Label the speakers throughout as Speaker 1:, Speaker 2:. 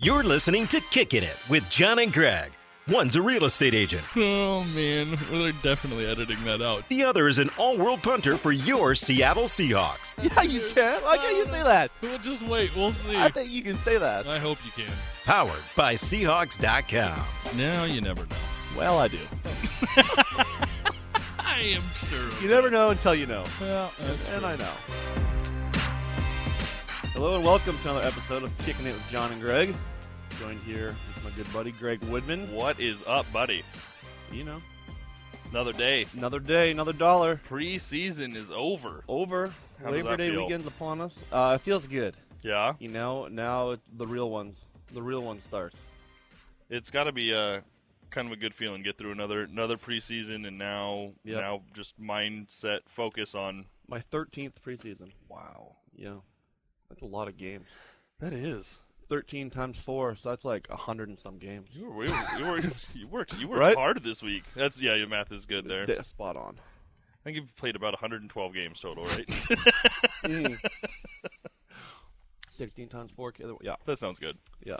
Speaker 1: You're listening to Kickin' It with John and Greg. One's a real estate agent,
Speaker 2: Oh man, we're definitely editing that out.
Speaker 1: the other is an all world punter for your Seattle Seahawks.
Speaker 3: Yeah, you can. Why can't you say that?
Speaker 2: We'll just wait. We'll see.
Speaker 3: I think you can say that.
Speaker 2: I hope you can.
Speaker 1: Powered by Seahawks.com.
Speaker 2: Now you never know.
Speaker 3: Well, I do.
Speaker 2: I am sure. of
Speaker 3: You
Speaker 2: it.
Speaker 3: never know until you know.
Speaker 2: Well, that's
Speaker 3: And
Speaker 2: true.
Speaker 3: I know. Hello and welcome to another episode of Kicking It with John and Greg. Joined here with my good buddy Greg Woodman.
Speaker 4: What is up, buddy?
Speaker 3: You know,
Speaker 4: Another day.
Speaker 3: another day, another dollar.
Speaker 4: Preseason is over.
Speaker 3: Over.
Speaker 4: How does
Speaker 3: Labor
Speaker 4: that
Speaker 3: Day
Speaker 4: feel?
Speaker 3: weekend's upon us. Uh, it feels good.
Speaker 4: Yeah,
Speaker 3: You know, now it, the real ones, the real ones start.
Speaker 4: it's got to be uh kind of a good feeling. Get through another another preseason, and now
Speaker 3: Yep.
Speaker 4: now just mindset focus on.
Speaker 3: My 13th preseason.
Speaker 4: Wow,
Speaker 3: Yeah, that's a lot of games.
Speaker 4: that is.
Speaker 3: 13 times four, so that's like 100 and some games.
Speaker 4: You were you were you worked you worked
Speaker 3: Right?
Speaker 4: hard this week. That's yeah, your math is good there.
Speaker 3: Th- Spot on.
Speaker 4: I think you've played about 112 games total, right?
Speaker 3: Mm. 16 times 4 K. Yeah,
Speaker 4: that sounds good.
Speaker 3: yeah.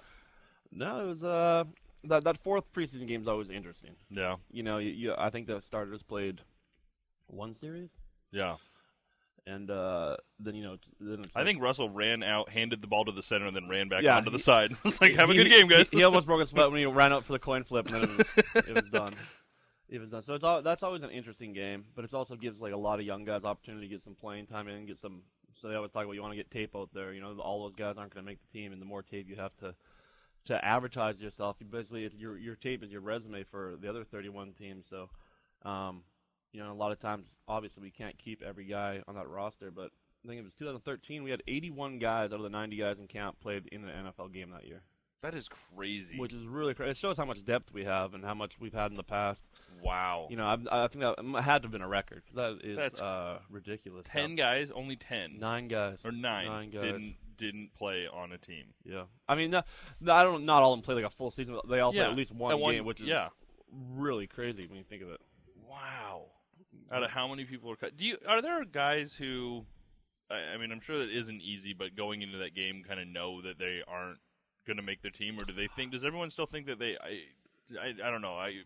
Speaker 3: No, it was uh that that fourth preseason game's always interesting.
Speaker 4: Yeah,
Speaker 3: You know, you, you I think the starters played one series,
Speaker 4: yeah.
Speaker 3: and uh then you know it's, then it's
Speaker 4: I
Speaker 3: like-
Speaker 4: think Russell ran out, handed the ball to the center, and then ran back
Speaker 3: Yeah,
Speaker 4: onto the
Speaker 3: he-
Speaker 4: side. It's like, have a
Speaker 3: he-
Speaker 4: good game, guys.
Speaker 3: He, he almost broke his butt when he ran out for the coin flip, and then it was, it was done. It was done. So it's all, that's always an interesting game, but it also gives like a lot of young guys opportunity to get some playing time in, get some. So they always talk about you want to get tape out there. You know, all those guys aren't going to make the team, and the more tape you have to to advertise yourself, you basically it's your your tape is your resume for the other 31 teams. So, um, you know, a lot of times, obviously, we can't keep every guy on that roster, but. I think it was 2013. We had 81 guys out of the 90 guys in camp played in an NFL game that year
Speaker 4: that is crazy.
Speaker 3: which is really crazy. It shows how much depth we have and how much we've had in the past.
Speaker 4: wow.
Speaker 3: You know, I, I think that m- had to have been a record. That is
Speaker 4: That's
Speaker 3: uh, ridiculous.
Speaker 4: ten guys, only ten.
Speaker 3: nine guys,
Speaker 4: or 9
Speaker 3: nine guys.
Speaker 4: didn't didn't play on a team.
Speaker 3: Yeah, I mean, no, no, I don't. Not all of them play like a full season. but They all play
Speaker 4: Yeah.
Speaker 3: at least one,
Speaker 4: At one-
Speaker 3: game, which is
Speaker 4: yeah.
Speaker 3: really crazy when you think of it.
Speaker 4: Wow. Out of how many people are cut? Do you are there guys who I, I mean, I'm sure that isn't easy, but going into that game kind of know that they aren't going to make their team or do they think does everyone still think that they I I, I don't know. I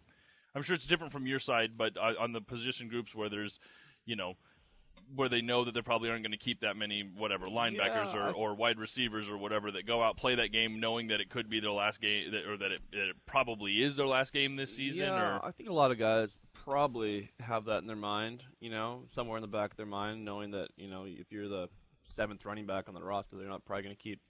Speaker 4: I'm sure it's different from your side, but uh, on the position groups where there's, you know, where they know that they probably aren't going to keep that many whatever linebackers
Speaker 3: Yeah, I-
Speaker 4: or, or wide receivers or whatever that go out play that game knowing that it could be their last game that, or that it, that it probably is their last game this season
Speaker 3: yeah,
Speaker 4: or
Speaker 3: I think a lot of guys probably have that in their mind. You know, somewhere in the back of their mind, knowing that you know if you're the seventh running back on the roster, they're not probably going to keep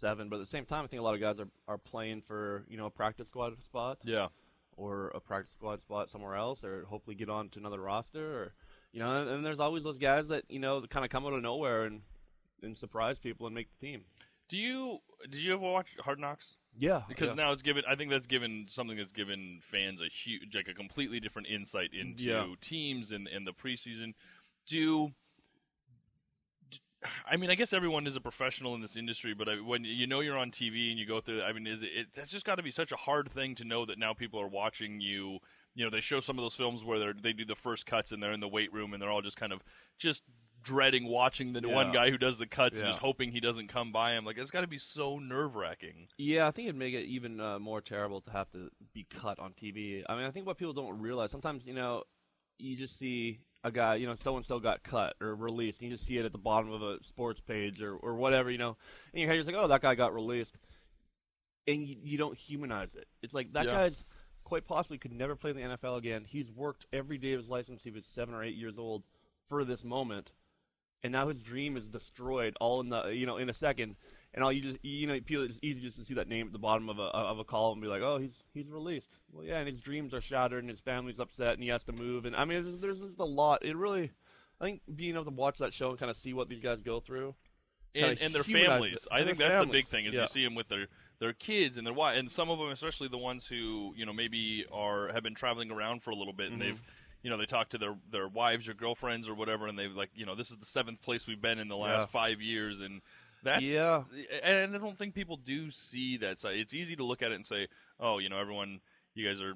Speaker 3: seven. But at the same time, I think a lot of guys are are playing for you know a practice squad spot
Speaker 4: yeah
Speaker 3: or a practice squad spot somewhere else, or hopefully get on to another roster, or you know. And, and there's always those guys that you know kind of come out of nowhere and and surprise people and make the team.
Speaker 4: Do you did you ever watch Hard Knocks?
Speaker 3: Yeah,
Speaker 4: Because
Speaker 3: yeah.
Speaker 4: now it's given. I think that's given something that's given fans a huge, like a completely different insight into
Speaker 3: Yeah.
Speaker 4: teams and and the preseason. Do, d- I mean, I guess everyone is a professional in this industry, but I, when you know you're on TV and you go through, I mean, is it, it that's just got to be such a hard thing to know that now people are watching you. You know, they show some of those films where they they do the first cuts and they're in the weight room and they're all just kind of just dreading watching the one
Speaker 3: Yeah.
Speaker 4: guy who does the cuts
Speaker 3: Yeah.
Speaker 4: and just hoping he doesn't come by him. Like it's got to be so nerve wracking.
Speaker 3: Yeah, I think it'd make it even uh, more terrible to have to be cut on TV. I mean, I think what people don't realize sometimes, you know, you just see a guy, you know, so and so got cut or released, and you just see it at the bottom of a sports page or, or whatever, you know, in your head you're just like, oh, that guy got released, and you, you don't humanize it. It's like that
Speaker 4: Yeah.
Speaker 3: guy's quite possibly could never play in the NFL again. He's worked every day of his life since he was seven or eight years old for this moment and now his dream is destroyed all in the you know in a second and all you just you know people it's easy just to see that name at the bottom of a of a column and be like oh he's he's released well yeah and his dreams are shattered and his family's upset and he has to move and i mean there's, there's just a lot it really i think being able to watch that show and kind of see what these guys go through
Speaker 4: and,
Speaker 3: kinda
Speaker 4: and their
Speaker 3: humanize
Speaker 4: families.
Speaker 3: it.
Speaker 4: I
Speaker 3: And
Speaker 4: think
Speaker 3: their
Speaker 4: that's the
Speaker 3: families.
Speaker 4: big thing is
Speaker 3: Yeah.
Speaker 4: you see them with their their kids and their wife, and some of them, especially the ones who you know maybe are have been traveling around for a little bit, and
Speaker 3: Mm-hmm.
Speaker 4: they've you know they talk to their their wives or girlfriends or whatever, and they've like you know this is the seventh place we've been in the last
Speaker 3: Yeah.
Speaker 4: five years, and that's
Speaker 3: Yeah.
Speaker 4: And I don't oh, think people do see that side. It's easy to look at it and say, oh, you know, everyone, you guys are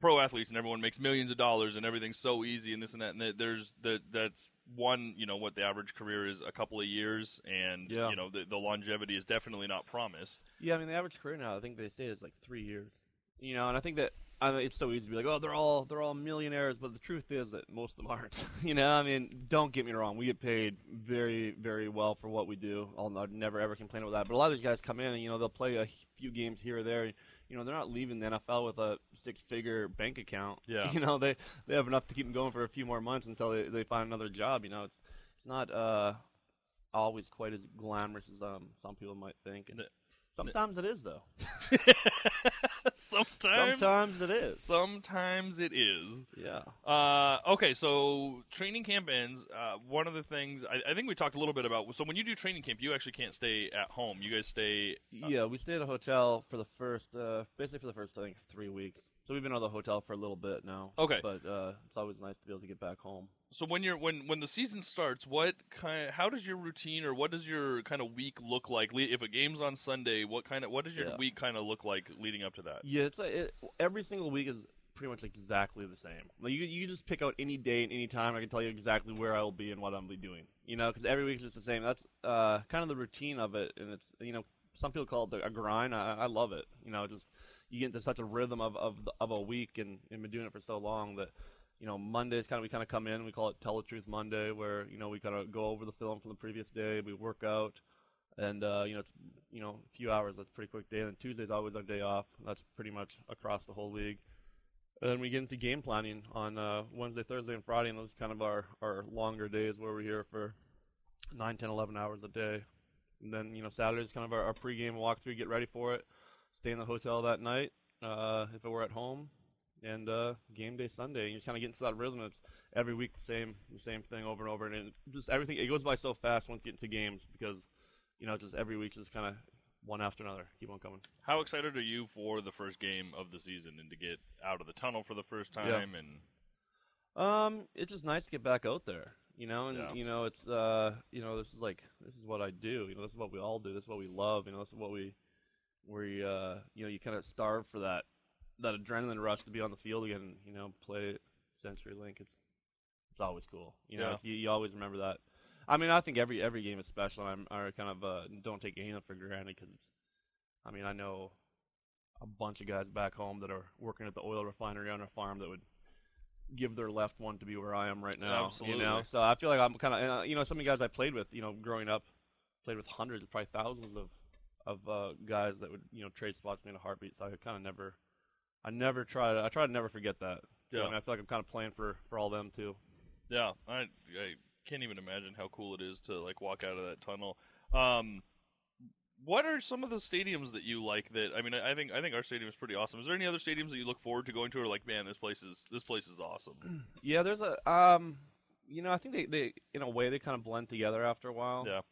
Speaker 4: pro athletes and everyone makes millions of dollars and everything's so easy and this and that and that there's that that's one you know what the average career is a couple of years and
Speaker 3: Yeah.
Speaker 4: you know the, the longevity is definitely not promised
Speaker 3: Yeah, I mean the average career now, I think they say is like three years. You know, and I think that I mean, it's so easy to be like, oh, they're all they're all millionaires, but the truth is that most of them aren't. you know, I mean, don't get me wrong, we get paid very very well for what we do. I'll, I'll never ever complain about that. But a lot of these guys come in and you know they'll play a few games here or there. You know, they're not leaving the NFL with a six figure bank account.
Speaker 4: Yeah.
Speaker 3: you know they they have enough to keep them going for a few more months until they they find another job. You know, it's, it's not uh always quite as glamorous as um some people might think. And
Speaker 4: N-
Speaker 3: Sometimes it is though.
Speaker 4: sometimes
Speaker 3: Sometimes it is.
Speaker 4: sometimes it is
Speaker 3: Yeah.
Speaker 4: Uh, okay, so training camp ends. Uh, one of the things I, I think we talked a little bit about. So when you do training camp, you actually can't stay at home. You guys stay.
Speaker 3: Yeah, we stayed at a hotel for the first uh basically for the first I think three weeks. So we've been out of the hotel for a little bit now.
Speaker 4: Okay.
Speaker 3: But uh it's always nice to be able to get back home.
Speaker 4: So when you're when when the season starts, what kind? How does your routine or what does your kind of week look like? Le- If a game's on Sunday, what kind of what does your
Speaker 3: Yeah.
Speaker 4: week kind of look like leading up to that?
Speaker 3: Yeah, it's like it, every single week is pretty much exactly the same. Like you, you just pick out any day and any time. I can tell you exactly where I will be and what I'm be doing. You know, because every week is just the same. That's uh, kind of the routine of it, and it's you know some people call it the, a grind. I, I love it. You know, just you get into such a rhythm of of, the, of a week, and and been doing it for so long that. You know, Mondays kind of we kind of come in. We call it Tell the Truth Monday, where you know we kind of go over the film from the previous day. We work out and uh, you know, it's, you know, a few hours. That's a pretty quick day. And Tuesday's always our day off. That's pretty much across the whole league. And then we get into game planning on uh, Wednesday, Thursday, and Friday, and those are kind of our our longer days where we're here for 9, 10, 11 hours a day. And then you know, Saturday's kind of our, our pregame walkthrough, get ready for it, stay in the hotel that night uh, if it were at home. And uh, game day Sunday, you just kind of get into that rhythm. It's every week the same, the same thing over and over, and it just everything. It goes by so fast once you get into games because you know, just every week, just kind of one after another, keep on coming.
Speaker 4: How excited are you for the first game of the season and to get out of the tunnel for the first time? And
Speaker 3: Um, it's just nice to get back out there, you know, and
Speaker 4: Yeah.
Speaker 3: you know, it's uh, you know, this is like this is what I do, you know, this is what we all do, this is what we love, you know, this is what we, we, uh, you know, you kind of starve for that, that adrenaline rush to be on the field again, and, you know, play Century Link. It's, it's always cool, you know,
Speaker 4: Yeah.
Speaker 3: it's- you, you always remember that. I mean, I think every every game is special. and I'm I kind of uh, don't take any of them for granted because, I mean, I know a bunch of guys back home that are working at the oil refinery on a farm that would give their left one to be where I am right now.
Speaker 4: Absolutely.
Speaker 3: You know, so I feel like I'm kind of uh, you know some of the guys I played with, you know, growing up, played with hundreds, probably thousands of of uh, guys that would you know trade spots with me in a heartbeat. So I kind of never, I never try to, I try to never forget that. You know,
Speaker 4: Yeah.
Speaker 3: I, mean, I feel like I'm kind of playing for for all them too.
Speaker 4: yeah, I I can't even imagine how cool it is to like walk out of that tunnel. Um, what are some of the stadiums that you like? That I mean, I I think I think our stadium is pretty awesome. Is there any other stadiums that you look forward to going to? Or like, man, this place is this place is awesome.
Speaker 3: Yeah, there's a um, you know, I think they they in a way they kind of blend together after a while.
Speaker 4: Yeah.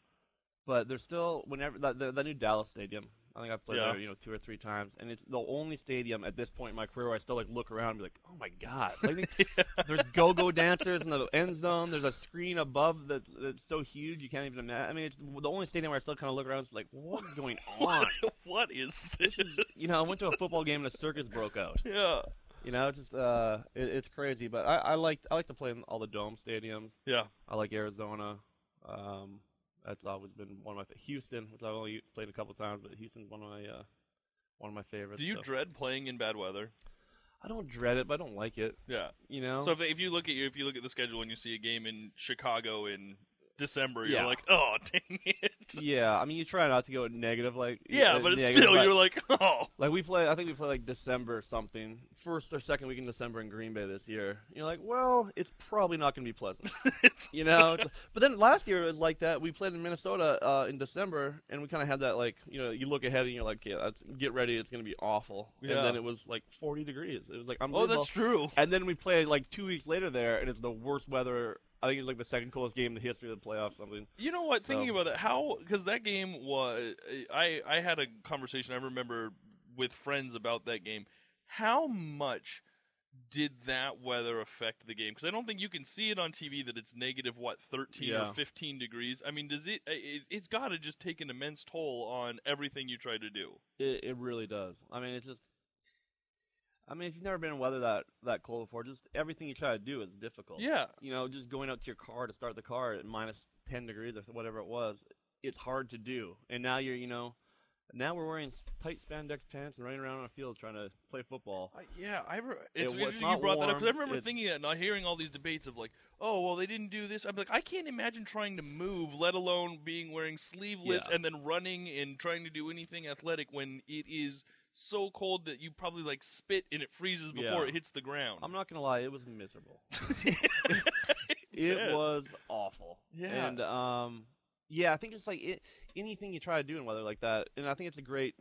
Speaker 3: But there's still whenever that the, the new Dallas stadium. I think I've played
Speaker 4: Yeah.
Speaker 3: there, you know, two or three times, and it's the only stadium at this point in my career where I still like look around and be like, "Oh my god!" Like, there's go-go dancers in the end zone. There's a screen above that's, that's so huge you can't even imagine. I mean, it's the only stadium where I still kind of look around, and be like, "What's going on?"
Speaker 4: What, what is this?
Speaker 3: you know, I went to a football game and a circus broke out.
Speaker 4: yeah,
Speaker 3: You know, it's just uh, it, it's crazy. But I, I like I like to play in all the dome stadiums.
Speaker 4: yeah,
Speaker 3: I like Arizona. Um, that's always been one of my fa- Houston, which I've only played a couple times, but Houston's one of my uh, one of my favorites.
Speaker 4: Do you
Speaker 3: so.
Speaker 4: dread playing in bad weather?
Speaker 3: I don't dread it, but I don't like it.
Speaker 4: Yeah.
Speaker 3: You know.
Speaker 4: So if, if you look at you if you look at the schedule and you see a game in Chicago in December,
Speaker 3: Yeah.
Speaker 4: you're like, oh dang it.
Speaker 3: yeah, I mean, you try not to go negative, like
Speaker 4: Yeah,
Speaker 3: uh,
Speaker 4: but it's
Speaker 3: negative,
Speaker 4: still
Speaker 3: but-
Speaker 4: you're like, oh
Speaker 3: Like we play, I think we play like December something, first or second week in December in Green Bay this year. You're like, well, it's probably not going to be pleasant, you know. It's- But then last year it was like that. We played in Minnesota uh, in December, and we kind of had that like, you know, you look ahead and you're like, yeah, that's, get ready, it's going to be awful.
Speaker 4: Yeah.
Speaker 3: And then it was like 40 degrees. It was like, I'm
Speaker 4: oh that's true.
Speaker 3: And then we play like two weeks later there, and it's the worst weather. I think it's like the second coolest game in the history of the playoffs. Something.
Speaker 4: You know what? Thinking
Speaker 3: So-
Speaker 4: about that, how because that game was, I I had a conversation I remember with friends about that game. How much did that weather affect the game? Because I don't think you can see it on TV that it's negative what thirteen
Speaker 3: Yeah.
Speaker 4: or fifteen degrees. I mean, does it? it it's got to just take an immense toll on everything you try to do.
Speaker 3: It, it really does. I mean, it's just I mean, if you've never been in weather that that cold before, just everything you try to do is difficult.
Speaker 4: Yeah.
Speaker 3: You know, just going out to your car to start the car at minus ten degrees or whatever it was, it's hard to do. And now you're, you know, now we're wearing tight spandex pants and running around on a field trying to play football.
Speaker 4: I, Uh, yeah, I re- it's
Speaker 3: It was
Speaker 4: interesting you
Speaker 3: not
Speaker 4: brought that up 'cause I
Speaker 3: warm,
Speaker 4: remember
Speaker 3: it's-
Speaker 4: thinking that and I hearing all these debates of like, oh well, they didn't do this. I'm like, I can't imagine trying to move, let alone being wearing sleeveless
Speaker 3: Yeah.
Speaker 4: and then running and trying to do anything athletic when it is so cold that you probably like spit and it freezes before
Speaker 3: Yeah.
Speaker 4: it hits the ground.
Speaker 3: I'm not gonna lie, it was miserable. It
Speaker 4: Yeah.
Speaker 3: was awful.
Speaker 4: Yeah.
Speaker 3: And um, yeah, I think it's like it, anything you try to do in weather like that, and I think it's a great,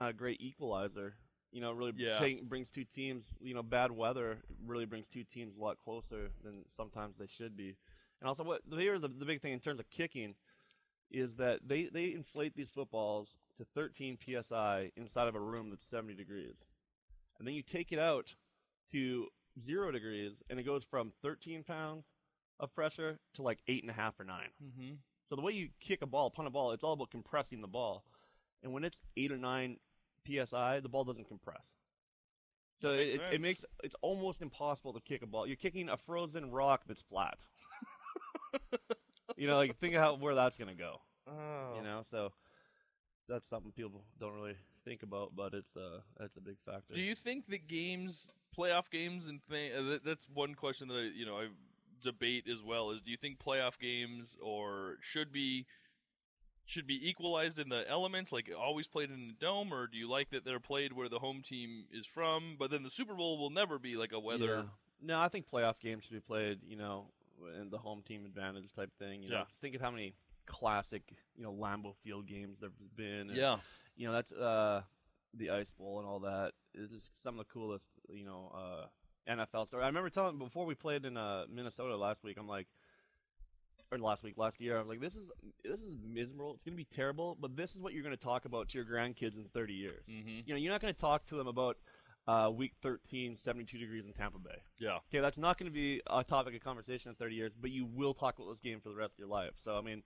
Speaker 3: a great equalizer. You know, really
Speaker 4: Yeah.
Speaker 3: take, brings two teams. You know, bad weather really brings two teams a lot closer than sometimes they should be. And also, what here's the, the big thing in terms of kicking is that they they inflate these footballs to 13 psi inside of a room that's 70 degrees, and then you take it out to zero degrees, and it goes from 13 pounds of pressure to like eight and a half or nine.
Speaker 4: Mm-hmm.
Speaker 3: So the way you kick a ball, punt a ball, it's all about compressing the ball. And when it's eight or nine psi, the ball doesn't compress. So
Speaker 4: That makes
Speaker 3: it, it
Speaker 4: sense.
Speaker 3: makes it's almost impossible to kick a ball. You're kicking a frozen rock that's flat. you know, like think how where that's gonna go.
Speaker 4: Oh.
Speaker 3: You know, so that's something people don't really think about, but it's uh that's a big factor.
Speaker 4: Do you think that games, playoff games, and thing, uh, that, that's one question that I, you know I debate as well is do you think playoff games or should be should be equalized in the elements like always played in the dome or do you like that they're played where the home team is from but then the Super Bowl will never be like a
Speaker 3: Yeah.
Speaker 4: weather
Speaker 3: No, I think playoff games should be played, you know, in the home team advantage type thing. You know,
Speaker 4: Yeah.
Speaker 3: think of how many classic, you know, Lambeau Field games there've been. and, You know, that's uh, the Ice Bowl and all that. It's just some of the coolest, you know, uh, NFL story. I remember telling before we played in uh, Minnesota last week. I'm like, or last week, last year. I'm like, this is this is miserable. It's gonna be terrible, but this is what you're gonna talk about to your grandkids in 30 years.
Speaker 4: mm-hmm.
Speaker 3: You know, you're not gonna talk to them about. Uh, week 13, 72 degrees in Tampa Bay.
Speaker 4: yeah
Speaker 3: Okay, that's not going to be a topic of conversation in 30 years, but you will talk about this game for the rest of your life. So, I mean,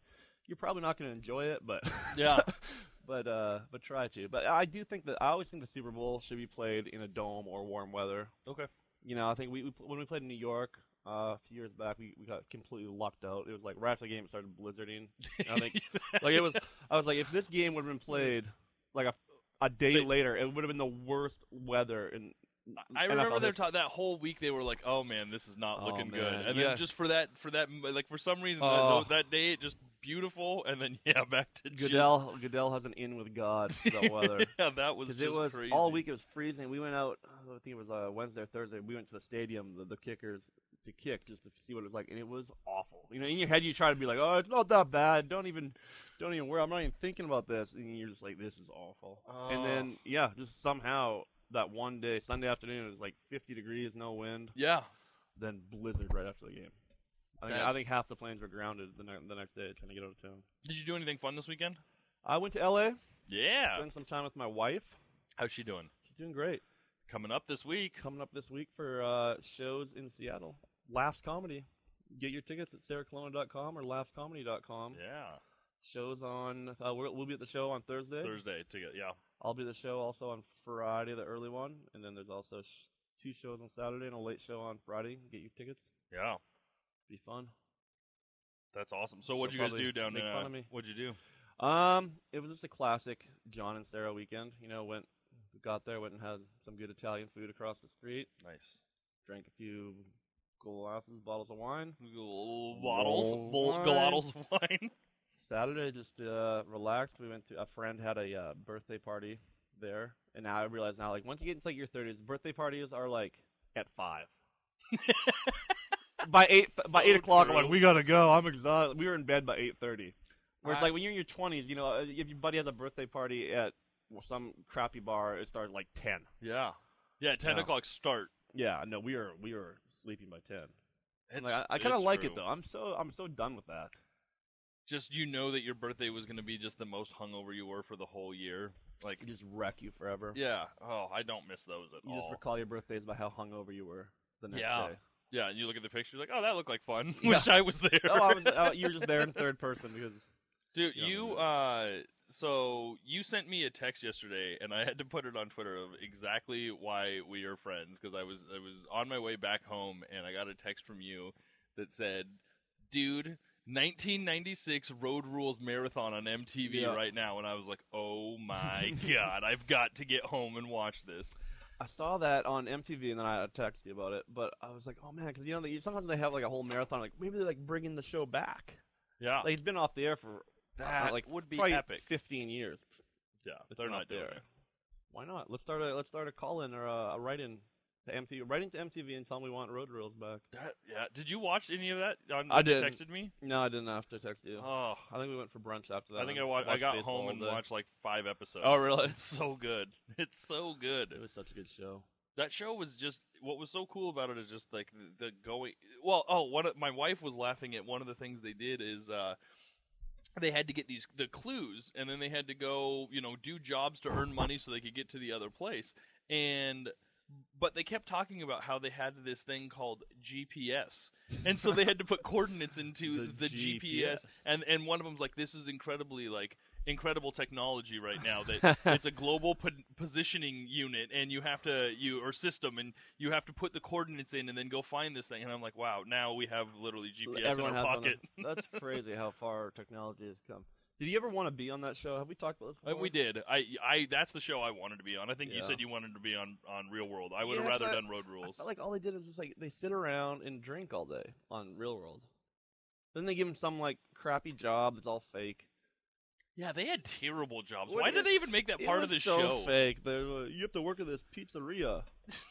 Speaker 3: you're probably not going to enjoy it, but
Speaker 4: Yeah.
Speaker 3: but uh, but try to. But I do think that I always think the Super Bowl should be played in a dome or warm weather.
Speaker 4: okay
Speaker 3: You know, I think we, we when we played in New York uh, a few years back, we, we got completely locked out. It was like right after the game it started blizzarding. And I think like it was. I was like, if this game would have been played like a a day
Speaker 4: But-
Speaker 3: later, it would have been the worst weather in.
Speaker 4: I
Speaker 3: NFL
Speaker 4: remember their
Speaker 3: history.
Speaker 4: ta- that whole week they were like, "Oh man, this is not
Speaker 3: Oh,
Speaker 4: looking good."
Speaker 3: man,
Speaker 4: And
Speaker 3: yeah.
Speaker 4: then just for that, for that, like for some reason
Speaker 3: Oh.
Speaker 4: that, that day it just beautiful, and then yeah, back to just-
Speaker 3: Goodell Goodell has an in with God for that weather.
Speaker 4: yeah, that was
Speaker 3: 'Cause
Speaker 4: just
Speaker 3: it was
Speaker 4: crazy.
Speaker 3: all week. It was freezing. We went out. I think it was uh, Wednesday or Thursday. We went to the stadium, the, the kickers, to kick just to see what it was like, and it was awful. You know, in your head you try to be like, "Oh, it's not that bad. Don't even, don't even worry. I'm not even thinking about this." And you're just like, "This is awful."
Speaker 4: Oh.
Speaker 3: And then yeah, just somehow that one day, Sunday afternoon, it was like 50 degrees, no wind,
Speaker 4: Yeah,
Speaker 3: then blizzard right after the game. I think, I
Speaker 4: That's-
Speaker 3: think half the planes were grounded the, ne- the next day trying to get out of town.
Speaker 4: did you do anything fun this weekend?
Speaker 3: I went to LA,
Speaker 4: Yeah,
Speaker 3: spent some time with my wife.
Speaker 4: how's she doing?
Speaker 3: She's doing great.
Speaker 4: Coming up this week.
Speaker 3: coming up this week for uh, shows in Seattle. Laughs Comedy. Get your tickets at sarahcolonna.com or laughscomedy.com.
Speaker 4: Yeah,
Speaker 3: Shows on, uh, we're, we'll be at the show on Thursday.
Speaker 4: Thursday to get. Yeah,
Speaker 3: I'll be at the show also on Friday, the early one. And then there's also sh- two shows on Saturday and a late show on Friday. Get your tickets.
Speaker 4: yeah,
Speaker 3: Be fun.
Speaker 4: that's awesome. So what'd
Speaker 3: She'll
Speaker 4: you guys do
Speaker 3: probably
Speaker 4: down
Speaker 3: make
Speaker 4: there?
Speaker 3: fun of me.
Speaker 4: What'd you do?
Speaker 3: Um, it was just a classic John and Sarah weekend. You know, went, got there, went and had some good Italian food across the street,
Speaker 4: Nice.
Speaker 3: drank a few glasses, bottles of wine.
Speaker 4: Waddles,
Speaker 3: wine.
Speaker 4: galottles of wine.
Speaker 3: Saturday, just uh, relaxed. We went to a friend had a uh, birthday party there, and now I realize now, like once you get into like your thirties, birthday parties are like at five. by eight, by
Speaker 4: So
Speaker 3: eight o'clock, I'm
Speaker 4: true.
Speaker 3: like, we gotta go. I'm exhausted. We were in bed by eight thirty. Whereas,
Speaker 4: I-
Speaker 3: like when you're in your twenties, you know, uh, if your buddy has a birthday party at some crappy bar, it started like ten.
Speaker 4: Yeah, yeah. Ten
Speaker 3: Yeah.
Speaker 4: o'clock start.
Speaker 3: Yeah, no, we were we were sleeping by ten.
Speaker 4: It's-
Speaker 3: Like, I, I kind of
Speaker 4: it's
Speaker 3: like
Speaker 4: true.
Speaker 3: it though. I'm so I'm so done with that.
Speaker 4: just you know that your birthday was going to be just the most hungover you were for the whole year. Like,
Speaker 3: It just wreck you forever.
Speaker 4: yeah. Oh, I don't miss those at
Speaker 3: You
Speaker 4: all.
Speaker 3: just recall your birthdays by how hungover you were the next
Speaker 4: Yeah.
Speaker 3: day.
Speaker 4: yeah, and you look at the picture, you're like, oh, that looked like fun.
Speaker 3: Yeah.
Speaker 4: Wish I was there.
Speaker 3: Oh, I was, uh, you were just there in third person because
Speaker 4: Dude,
Speaker 3: You know,
Speaker 4: you
Speaker 3: the-
Speaker 4: uh so you sent me a text yesterday and I had to put it on Twitter of exactly why we are friends because I was I was on my way back home and I got a text from you that said, "Dude, 1996 Road Rules Marathon on MTV
Speaker 3: Yeah.
Speaker 4: right now." And I was like, "Oh my god, I've got to get home and watch this."
Speaker 3: I saw that on MTV, and then I texted you about it. But I was like, oh man, because you know, they- sometimes they have like a whole marathon. Like maybe they're like bringing the show back.
Speaker 4: Yeah.
Speaker 3: Like it's been off the air for uh,
Speaker 4: That
Speaker 3: like
Speaker 4: would be
Speaker 3: probably
Speaker 4: epic.
Speaker 3: 15 years.
Speaker 4: yeah, they're
Speaker 3: not
Speaker 4: not doing
Speaker 3: there.
Speaker 4: it.
Speaker 3: Why not? Let's start a let's start a call in or a, a write in to MTV. Write into MTV and tell them we want road rules back.
Speaker 4: That, yeah. Did you watch any of that? On,
Speaker 3: I
Speaker 4: you
Speaker 3: didn't.
Speaker 4: Texted me.
Speaker 3: No, I didn't have to text you.
Speaker 4: Oh,
Speaker 3: I think we went for brunch after that.
Speaker 4: I think I
Speaker 3: and
Speaker 4: wa- I
Speaker 3: watched
Speaker 4: got
Speaker 3: baseball
Speaker 4: home
Speaker 3: all
Speaker 4: and
Speaker 3: day.
Speaker 4: watched like five episodes.
Speaker 3: Oh, really?
Speaker 4: It's so good. It's so
Speaker 3: It
Speaker 4: good.
Speaker 3: was such a good show.
Speaker 4: That show was just what was so cool about it is just like the, the going. Well, oh, one of, my wife was laughing at one of the things they did is uh, they had to get these the clues, and then they had to go you know do jobs to earn money so they could get to the other place. And but they kept talking about how they had this thing called GPS, and so they had to put coordinates into the,
Speaker 3: The GPS.
Speaker 4: GPS. and and one of them's like, "This is incredibly like incredible technology right now. That it's a global po- positioning unit, and you have to you or system, and you have to put the coordinates in, and then go find this thing." And I'm like, "Wow, now we have literally GPS
Speaker 3: Everyone
Speaker 4: in our
Speaker 3: has one
Speaker 4: pocket."
Speaker 3: of- That's crazy how far technology has come. Did you ever want to be on that show? Have we talked about this?
Speaker 4: Uh,
Speaker 3: Before?
Speaker 4: We did. I, I. That's the show I wanted to be on. I think you
Speaker 3: Yeah.
Speaker 4: said you wanted to be on, on Real World. I would
Speaker 3: Yeah,
Speaker 4: have rather
Speaker 3: but
Speaker 4: done Road Rules.
Speaker 3: I felt like all they did was just like they sit around and drink all day on Real World. Then they give them some like crappy job that's all fake.
Speaker 4: yeah, they had terrible jobs.
Speaker 3: What
Speaker 4: Why
Speaker 3: is-
Speaker 4: did they even make that
Speaker 3: It
Speaker 4: part
Speaker 3: was
Speaker 4: of the
Speaker 3: so
Speaker 4: show?
Speaker 3: fake. They were like, you have to work at this pizzeria.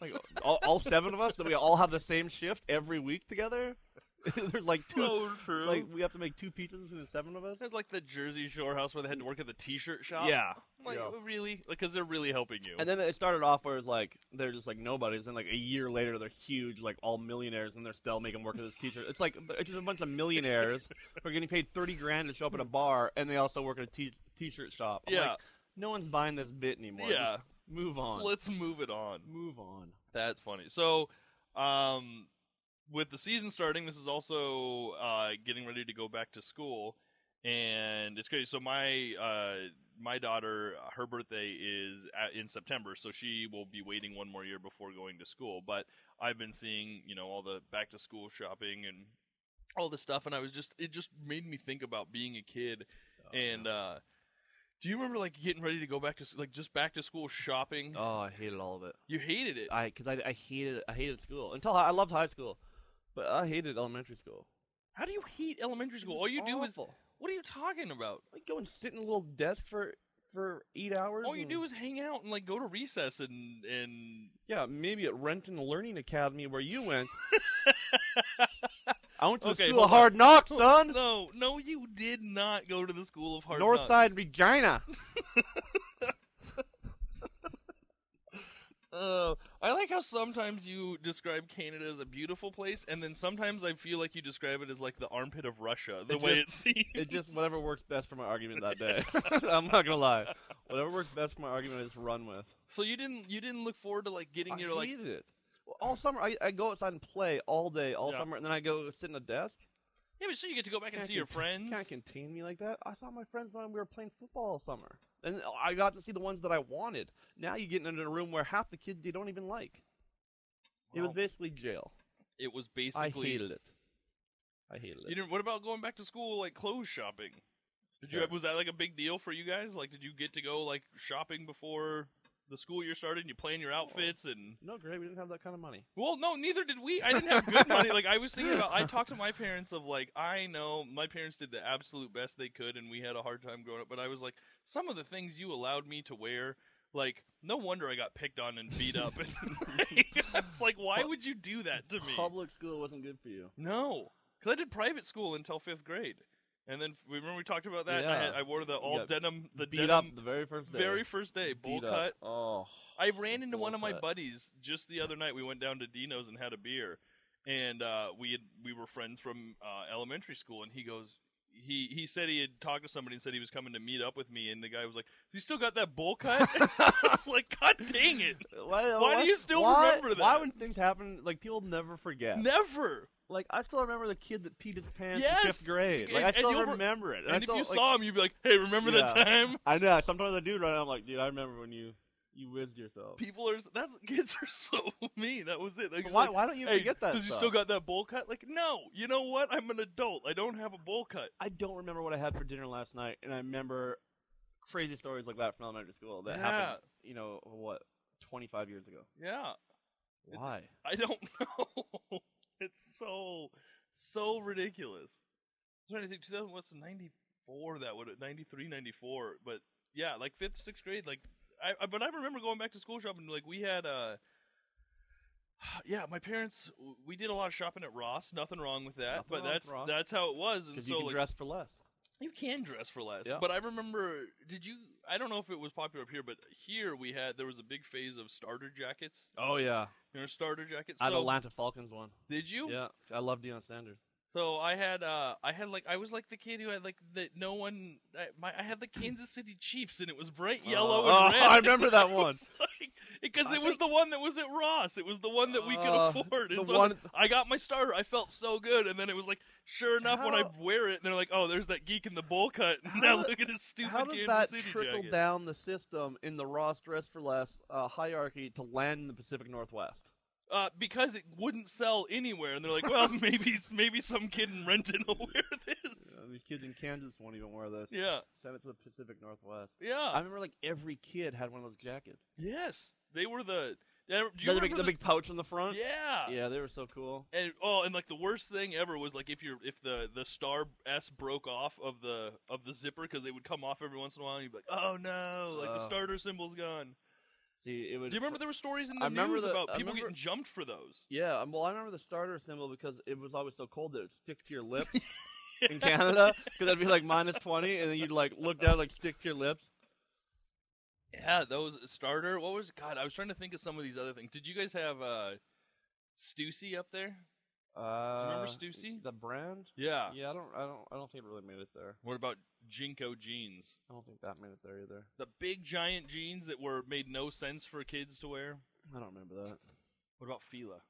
Speaker 3: like all, all seven of us, that we all have the same shift every week together. There's like two,
Speaker 4: so true.
Speaker 3: like we have to make two pizzas between the seven of us.
Speaker 4: There's like the Jersey Shore house where they had to work at the T-shirt shop.
Speaker 3: Yeah.
Speaker 4: like
Speaker 3: Yeah.
Speaker 4: really, because they're really helping you.
Speaker 3: And then it started off where it was like they're just like nobodies, and like a year later they're huge, like all millionaires, and they're still making work at this t-shirt. It's like it's just a bunch of millionaires who are getting paid thirty grand to show up at a bar, and they also work at a t- t-shirt shop. I'm
Speaker 4: yeah,
Speaker 3: like, no one's buying this bit anymore.
Speaker 4: yeah.
Speaker 3: Just move on.
Speaker 4: Let's move it on.
Speaker 3: move on.
Speaker 4: That's funny. So, um, with the season starting, this is also uh, getting ready to go back to school, and it's crazy. So my uh, my daughter, her birthday is at, in September, so she will be waiting one more year before going to school. But I've been seeing, you know, all the back to school shopping and all this stuff, and I was just it just made me think about being a kid
Speaker 1: Oh,
Speaker 4: and. uh do you remember like getting ready to go back to s- like just back to school shopping?
Speaker 3: Oh, I hated all of it.
Speaker 4: you hated it.
Speaker 3: I because I, I hated I hated school until I, I loved high school, but I hated elementary school.
Speaker 4: How do you hate elementary school? All you do is
Speaker 3: Awful.
Speaker 4: what are you talking about?
Speaker 3: like go and sit in a little desk for for eight hours.
Speaker 4: All you
Speaker 3: and-
Speaker 4: do is hang out and like go to recess and and
Speaker 3: Yeah, maybe at Renton Learning Academy where you went. I went to the
Speaker 4: Okay,
Speaker 3: school of
Speaker 4: hold on.
Speaker 3: hard knocks, son.
Speaker 4: no no you did not go to the school of hard knocks.
Speaker 3: Northside Regina.
Speaker 4: Uh, I like how sometimes you describe Canada as a beautiful place, and then sometimes I feel like you describe it as like the armpit of Russia, the
Speaker 3: It
Speaker 4: way
Speaker 3: just-
Speaker 4: it seems.
Speaker 3: It just whatever works best for my argument that day. I'm not gonna lie. Whatever works best for my argument, I just run with.
Speaker 4: so you didn't you didn't look forward to like getting
Speaker 3: I
Speaker 4: your like
Speaker 3: hated it. Well, all summer, I, I go outside and play all day, all
Speaker 4: Yeah.
Speaker 3: summer, and then I go sit in a desk.
Speaker 4: yeah, but so you get to go back and
Speaker 3: Can't
Speaker 4: see your
Speaker 3: cont-
Speaker 4: friends.
Speaker 3: Can't contain me like that. I saw my friends when we were playing football all summer, and I got to see the ones that I wanted. Now you get into a room where half the kids you don't even like. it
Speaker 4: Wow.
Speaker 3: was basically jail.
Speaker 4: it was basically
Speaker 3: I hated it. I hated
Speaker 4: You
Speaker 3: it.
Speaker 4: didn't. What about going back to school, like clothes shopping? Did you
Speaker 3: Sure.
Speaker 4: was that like a big deal for you guys? Like, did you get to go like shopping before the school year started, and you plan your outfits and?
Speaker 3: No, Gray, we didn't have that kind of money.
Speaker 4: Well, no, neither did we. I didn't have good money. Like, I was thinking about. I talked to my parents of like, I know my parents did the absolute best they could, and we had a hard time growing up. But I was like, some of the things you allowed me to wear. Like, no wonder I got picked on and beat up. And like, I was like, why would you do that to me?
Speaker 3: Public school wasn't good for you.
Speaker 4: No, because I did private school until fifth grade, and then we remember we talked about that. and I, had,
Speaker 3: Yeah.
Speaker 4: I wore the all
Speaker 3: got
Speaker 4: denim, the
Speaker 3: Beat
Speaker 4: denim,
Speaker 3: up the very first day.
Speaker 4: very first day bowl
Speaker 3: Beat
Speaker 4: cut.
Speaker 3: up. Oh,
Speaker 4: I ran into
Speaker 3: bowl
Speaker 4: one of my
Speaker 3: cut.
Speaker 4: buddies just the other night. We went down to Dino's and had a beer, and uh, we had we were friends from uh, elementary school. And he goes, he he said he had talked to somebody and said he was coming to meet up with me, and the guy was like, "You still got that bowl cut?" I was like, "God dang it!" it.
Speaker 3: Why,
Speaker 4: do you still
Speaker 3: why-
Speaker 4: remember that?
Speaker 3: Why when things happen, like people never forget.
Speaker 4: Never.
Speaker 3: Like I still remember the kid that peed his pants in
Speaker 4: Yes!
Speaker 3: fifth grade.
Speaker 4: And-
Speaker 3: Like I
Speaker 4: and
Speaker 3: still
Speaker 4: you'll re-
Speaker 3: remember it.
Speaker 4: And,
Speaker 3: I
Speaker 4: if
Speaker 3: still,
Speaker 4: you
Speaker 3: like,
Speaker 4: saw him, you'd be like, "Hey, remember that
Speaker 3: Yeah.
Speaker 4: time?"
Speaker 3: I know. Sometimes I do run. out, I'm like, dude, I remember when you you whizzed yourself.
Speaker 4: People are that's kids are so mean. That was it. They're
Speaker 3: But
Speaker 4: just
Speaker 3: why?
Speaker 4: like,
Speaker 3: why don't you
Speaker 4: hey,
Speaker 3: forget that?
Speaker 4: Because you
Speaker 3: stuff?
Speaker 4: still got that bowl cut. Like, no. You know what? I'm an adult. I don't have a bowl cut.
Speaker 3: I don't remember what I had for dinner last night, and I remember crazy stories like that from elementary school that
Speaker 4: Yeah.
Speaker 3: happened. You know what? Twenty five years ago.
Speaker 4: Yeah. It's-
Speaker 3: Why?
Speaker 4: I don't know. it's so so ridiculous. I'm trying to think. 2000 was 94. That would 93, 94. But yeah, like fifth, sixth grade. Like I, I but I remember going back to school shopping. Like we had uh yeah, my parents. We did a lot of shopping at Ross. Nothing wrong with that.
Speaker 3: Nothing
Speaker 4: but
Speaker 3: wrong with
Speaker 4: that's
Speaker 3: Ross.
Speaker 4: that's how it was. And
Speaker 3: Because
Speaker 4: so
Speaker 3: you can
Speaker 4: like,
Speaker 3: dress for less.
Speaker 4: you can dress for less,
Speaker 3: Yeah.
Speaker 4: but I remember. Did you? I don't know if it was popular up here, but here we had there was a big phase of starter jackets.
Speaker 3: Oh yeah,
Speaker 4: You know, starter jackets.
Speaker 3: I had
Speaker 4: So-
Speaker 3: Atlanta Falcons one.
Speaker 4: did you?
Speaker 3: Yeah, I love Deion Sanders.
Speaker 4: So I had, uh, I had like, I was like the kid who had like that. No one, I, my, I had the Kansas City Chiefs, and it was bright yellow
Speaker 3: Oh,
Speaker 4: and red.
Speaker 3: I remember that
Speaker 4: It
Speaker 3: one.
Speaker 4: was like- Because
Speaker 3: I
Speaker 4: it was
Speaker 3: think-
Speaker 4: the one that was at Ross. It was the one that we could
Speaker 3: Uh,
Speaker 4: afford. And
Speaker 3: the
Speaker 4: so I, was
Speaker 3: one-
Speaker 4: like, I got my starter. I felt so good, and then it was like, sure enough, when I
Speaker 3: How-
Speaker 4: wear it, they're like, oh, there's that geek in the bowl cut.
Speaker 3: How
Speaker 4: now
Speaker 3: did-
Speaker 4: look at his stupid
Speaker 3: How
Speaker 4: Kansas
Speaker 3: does that
Speaker 4: City
Speaker 3: trickle
Speaker 4: jacket.
Speaker 3: down the system in the Ross dress for less uh, hierarchy to land in the Pacific Northwest?
Speaker 4: Uh, because it wouldn't sell anywhere, and they're like, well, maybe, maybe some kid in Renton will wear this.
Speaker 3: Uh, these kids in Kansas won't even wear this.
Speaker 4: Yeah,
Speaker 3: Send it to the Pacific Northwest.
Speaker 4: yeah.
Speaker 3: I remember like every kid had one of those jackets.
Speaker 4: Yes, they were the. Do you
Speaker 3: the, big,
Speaker 4: remember
Speaker 3: the big pouch on the front.
Speaker 4: Yeah.
Speaker 3: yeah, they were so cool.
Speaker 4: And oh, and like the worst thing ever was like if you're if the the star S broke off of the of the zipper because they would come off every once in a while and you'd be like, oh no, like the
Speaker 3: Oh.
Speaker 4: starter symbol's gone.
Speaker 3: See, it was.
Speaker 4: Do you remember there were stories in the
Speaker 3: I remember
Speaker 4: news
Speaker 3: the-
Speaker 4: about
Speaker 3: I
Speaker 4: people
Speaker 3: remember-
Speaker 4: getting jumped for those?
Speaker 3: Yeah, um, well, I remember the starter symbol because it was always so cold that it stick to your lips in Canada because that'd be like minus twenty, and then you'd like look down like stick to your lips.
Speaker 4: Yeah, those starter. What was God? I was trying to think of some of these other things. Did you guys have uh Stussy up there?
Speaker 3: Uh,
Speaker 4: remember Stussy?
Speaker 3: The brand?
Speaker 4: Yeah.
Speaker 3: Yeah, I don't, I don't, I don't think it really made it there.
Speaker 4: What about Jinko jeans?
Speaker 3: I don't think that made it there either.
Speaker 4: The big giant jeans that were made no sense for kids to wear.
Speaker 3: I don't remember that.
Speaker 4: What about Fila?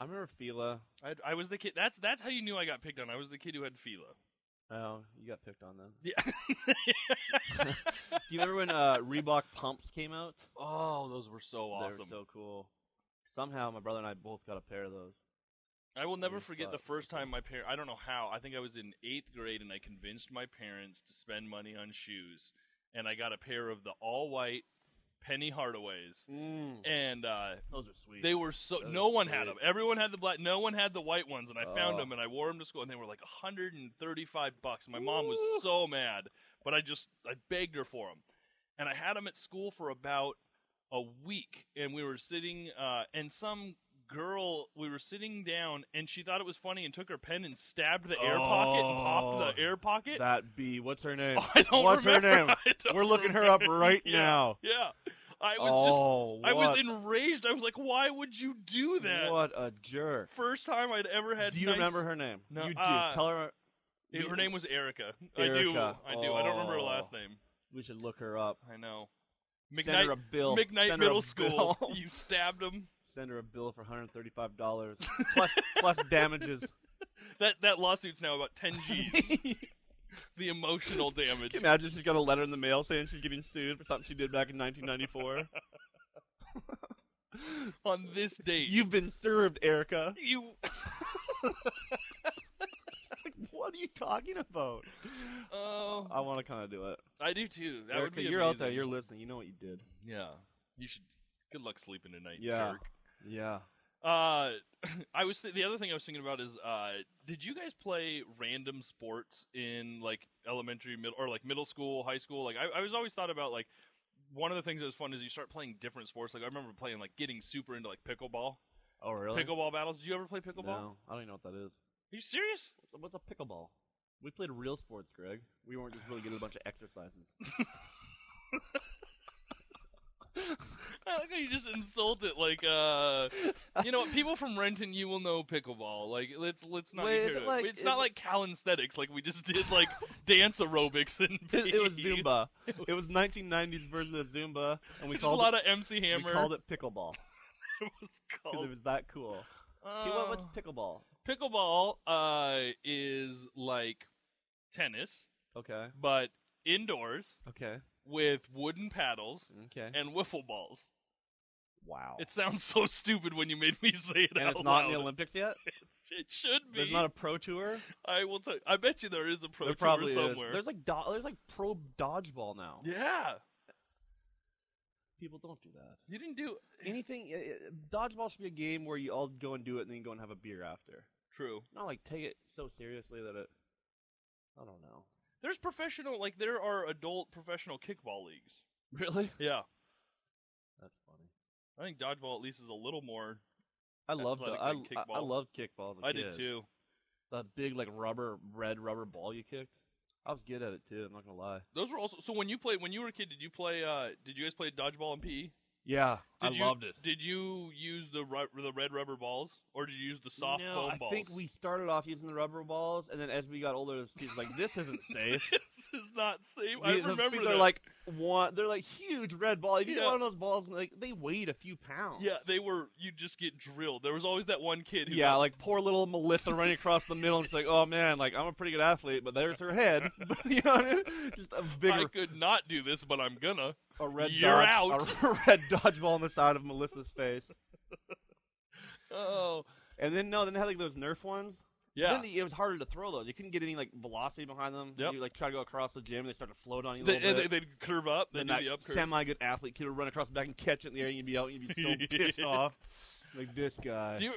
Speaker 3: I remember Fila.
Speaker 4: I, I was the kid. That's that's how you knew I got picked on. I was the kid who had Fila.
Speaker 3: Oh, you got picked on then.
Speaker 4: Yeah.
Speaker 3: Do you remember when uh, Reebok pumps came out?
Speaker 4: oh, those were so awesome.
Speaker 3: They were so cool. Somehow my brother and I both got a pair of those.
Speaker 4: I will never
Speaker 3: They
Speaker 4: forget the
Speaker 3: sucked.
Speaker 4: first time my parents. I don't know how. I think I was in eighth grade and I convinced my parents to spend money on shoes, and I got a pair of the all white Penny Hardaways, and uh,
Speaker 3: Those are sweet.
Speaker 4: They were so.
Speaker 3: Those
Speaker 4: no
Speaker 3: are
Speaker 4: one
Speaker 3: sweet.
Speaker 4: had them. Everyone had the black. No one had the white ones, and I found
Speaker 3: Oh.
Speaker 4: them and I wore them to school, and they were like 135 bucks. My mom was so mad, but I just I begged her for them, and I had them at school for about a week, and we were sitting, uh, and some girl we were sitting down, and she thought it was funny and took her pen and stabbed the air pocket and popped
Speaker 3: Oh,
Speaker 4: the air pocket.
Speaker 3: That B. What's her name?
Speaker 4: I don't
Speaker 3: What's
Speaker 4: remember.
Speaker 3: her name?
Speaker 4: I don't
Speaker 3: We're looking her up
Speaker 4: remember.
Speaker 3: right
Speaker 4: Yeah,
Speaker 3: now.
Speaker 4: Yeah, I was just
Speaker 3: oh,
Speaker 4: I was
Speaker 3: what-
Speaker 4: enraged. I was like, "Why would you do that?"
Speaker 3: What a jerk.
Speaker 4: First time I'd ever had.
Speaker 3: Do you
Speaker 4: nice-
Speaker 3: remember her name?
Speaker 4: No,
Speaker 3: you do.
Speaker 4: uh,
Speaker 3: Tell her
Speaker 4: Yeah, Her
Speaker 3: you-
Speaker 4: name was Erica. I do.
Speaker 3: Erica.
Speaker 4: I do. I don't remember her
Speaker 3: Oh.
Speaker 4: last name.
Speaker 3: we should look her up.
Speaker 4: I know.
Speaker 3: Send her a
Speaker 4: McKnight,
Speaker 3: bill.
Speaker 4: McKnight
Speaker 3: Send her a
Speaker 4: Middle School.
Speaker 3: bill.
Speaker 4: You stabbed him.
Speaker 3: Send her a bill for $135 plus, plus damages.
Speaker 4: That that lawsuit's now about ten G's.
Speaker 3: Can
Speaker 4: the emotional damage.
Speaker 3: you imagine she's got a letter in the mail saying she's getting sued for something she did back in 1994?
Speaker 4: On this date,
Speaker 3: You've been served, Erica.
Speaker 4: you.
Speaker 3: What are you talking about?
Speaker 4: Oh,
Speaker 3: I want to kind of do it.
Speaker 4: I do too. That would
Speaker 3: Erica,
Speaker 4: be.
Speaker 3: you're out there. You're
Speaker 4: amazing.
Speaker 3: listening. You know what you did.
Speaker 4: Yeah. You should. Good luck sleeping tonight,
Speaker 3: Yeah.
Speaker 4: jerk.
Speaker 3: Yeah.
Speaker 4: Uh, I was th- the other thing I was thinking about is, uh, did you guys play random sports in like elementary, middle, or like middle school, high school? Like, I, I was always thought about like one of the things that was fun is you start playing different sports. Like, I remember playing like getting super into like pickleball,
Speaker 3: Oh, really?
Speaker 4: pickleball battles. Did you ever play pickleball?
Speaker 3: No, I don't even know what that is.
Speaker 4: Are you serious?
Speaker 3: What's a pickleball? We played real sports, Greg. We weren't just really good at a bunch of exercises.
Speaker 4: I I like how you just insult it. Like, uh, you know, what, people from Renton, you will know pickleball. Like, let's let's not get
Speaker 3: Wait, is
Speaker 4: here.
Speaker 3: it like-
Speaker 4: it's
Speaker 3: is
Speaker 4: not
Speaker 3: it-
Speaker 4: like calisthenics. Like we just did like dance aerobics and
Speaker 3: It, it was Zumba. It was 1990s version of Zumba, and we
Speaker 4: Just a
Speaker 3: called
Speaker 4: lot
Speaker 3: it,
Speaker 4: of MC Hammer. Oh.
Speaker 3: we called it pickleball
Speaker 4: It was
Speaker 3: 'cause it
Speaker 4: called.
Speaker 3: was that cool. Okay, what, what's
Speaker 4: Oh.
Speaker 3: pickleball?
Speaker 4: pickleball uh, is like tennis,
Speaker 3: Okay,
Speaker 4: but indoors
Speaker 3: okay,
Speaker 4: with wooden paddles
Speaker 3: okay.
Speaker 4: and wiffle balls.
Speaker 3: wow.
Speaker 4: It sounds so stupid when you made me say it
Speaker 3: and
Speaker 4: out
Speaker 3: it's not
Speaker 4: loud.
Speaker 3: in the Olympics yet.
Speaker 4: It's- it should
Speaker 3: There's
Speaker 4: be.
Speaker 3: not a pro tour.
Speaker 4: I will tell. I bet you there is a pro
Speaker 3: there
Speaker 4: tour
Speaker 3: probably
Speaker 4: somewhere.
Speaker 3: is. There's like do- there's like pro dodgeball now.
Speaker 4: yeah,
Speaker 3: People don't do that.
Speaker 4: you didn't do
Speaker 3: Anything uh, uh, dodgeball should be a game where you all go and do it and then go and have a beer after.
Speaker 4: true.
Speaker 3: Not like take it so seriously that it. I don't know.
Speaker 4: There's professional, like there are adult professional kickball leagues.
Speaker 3: Really?
Speaker 4: Yeah,
Speaker 3: That's funny.
Speaker 4: I think dodgeball at least is a little more.
Speaker 3: I love
Speaker 4: Athletic
Speaker 3: I,
Speaker 4: league
Speaker 3: I I
Speaker 4: kickball.
Speaker 3: love kickball. as a
Speaker 4: I
Speaker 3: kid.
Speaker 4: did too.
Speaker 3: That big like rubber red rubber ball you kicked. I was good at it too. I'm not gonna lie.
Speaker 4: Those were also so when you played when you were a kid. Did you play? uh Did you guys play dodgeball and PE?
Speaker 3: Yeah,
Speaker 4: Did
Speaker 3: I
Speaker 4: you,
Speaker 3: loved it.
Speaker 4: Did you use the ru- the red rubber balls, or did you use the soft
Speaker 3: no,
Speaker 4: foam
Speaker 3: I
Speaker 4: balls?
Speaker 3: think we started off using the rubber balls, and then as we got older, it was like this isn't safe.
Speaker 4: this is not safe. I
Speaker 3: The- the-
Speaker 4: remember
Speaker 3: they're
Speaker 4: that.
Speaker 3: like one. They're like huge red ball. If you get
Speaker 4: Yeah.
Speaker 3: one of those balls, like they weighed a few pounds.
Speaker 4: yeah, they were. You just get drilled. There was always that one kid who
Speaker 3: Yeah, like poor little Melissa running across the middle. And it's like, oh man, like I'm a pretty good athlete, but there's her head. you know, what I mean? just a big,
Speaker 4: I could not do this, but I'm gonna.
Speaker 3: a red,
Speaker 4: you're
Speaker 3: dodge, a red dodgeball on the side of Melissa's face.
Speaker 4: Oh,
Speaker 3: And then no, then they had like those Nerf ones.
Speaker 4: yeah.
Speaker 3: Then the, it was harder to throw those. You couldn't get any like velocity behind them.
Speaker 4: Yep.
Speaker 3: You like try to go across the gym, they start to float on you a
Speaker 4: They,
Speaker 3: little bit.
Speaker 4: and they, they'd curve up. They
Speaker 3: then
Speaker 4: do
Speaker 3: that
Speaker 4: the up curve.
Speaker 3: semi good athlete kid would run across the back and catch it in the air, and you'd be out, and you'd be so pissed off. Like this guy.
Speaker 4: Do you,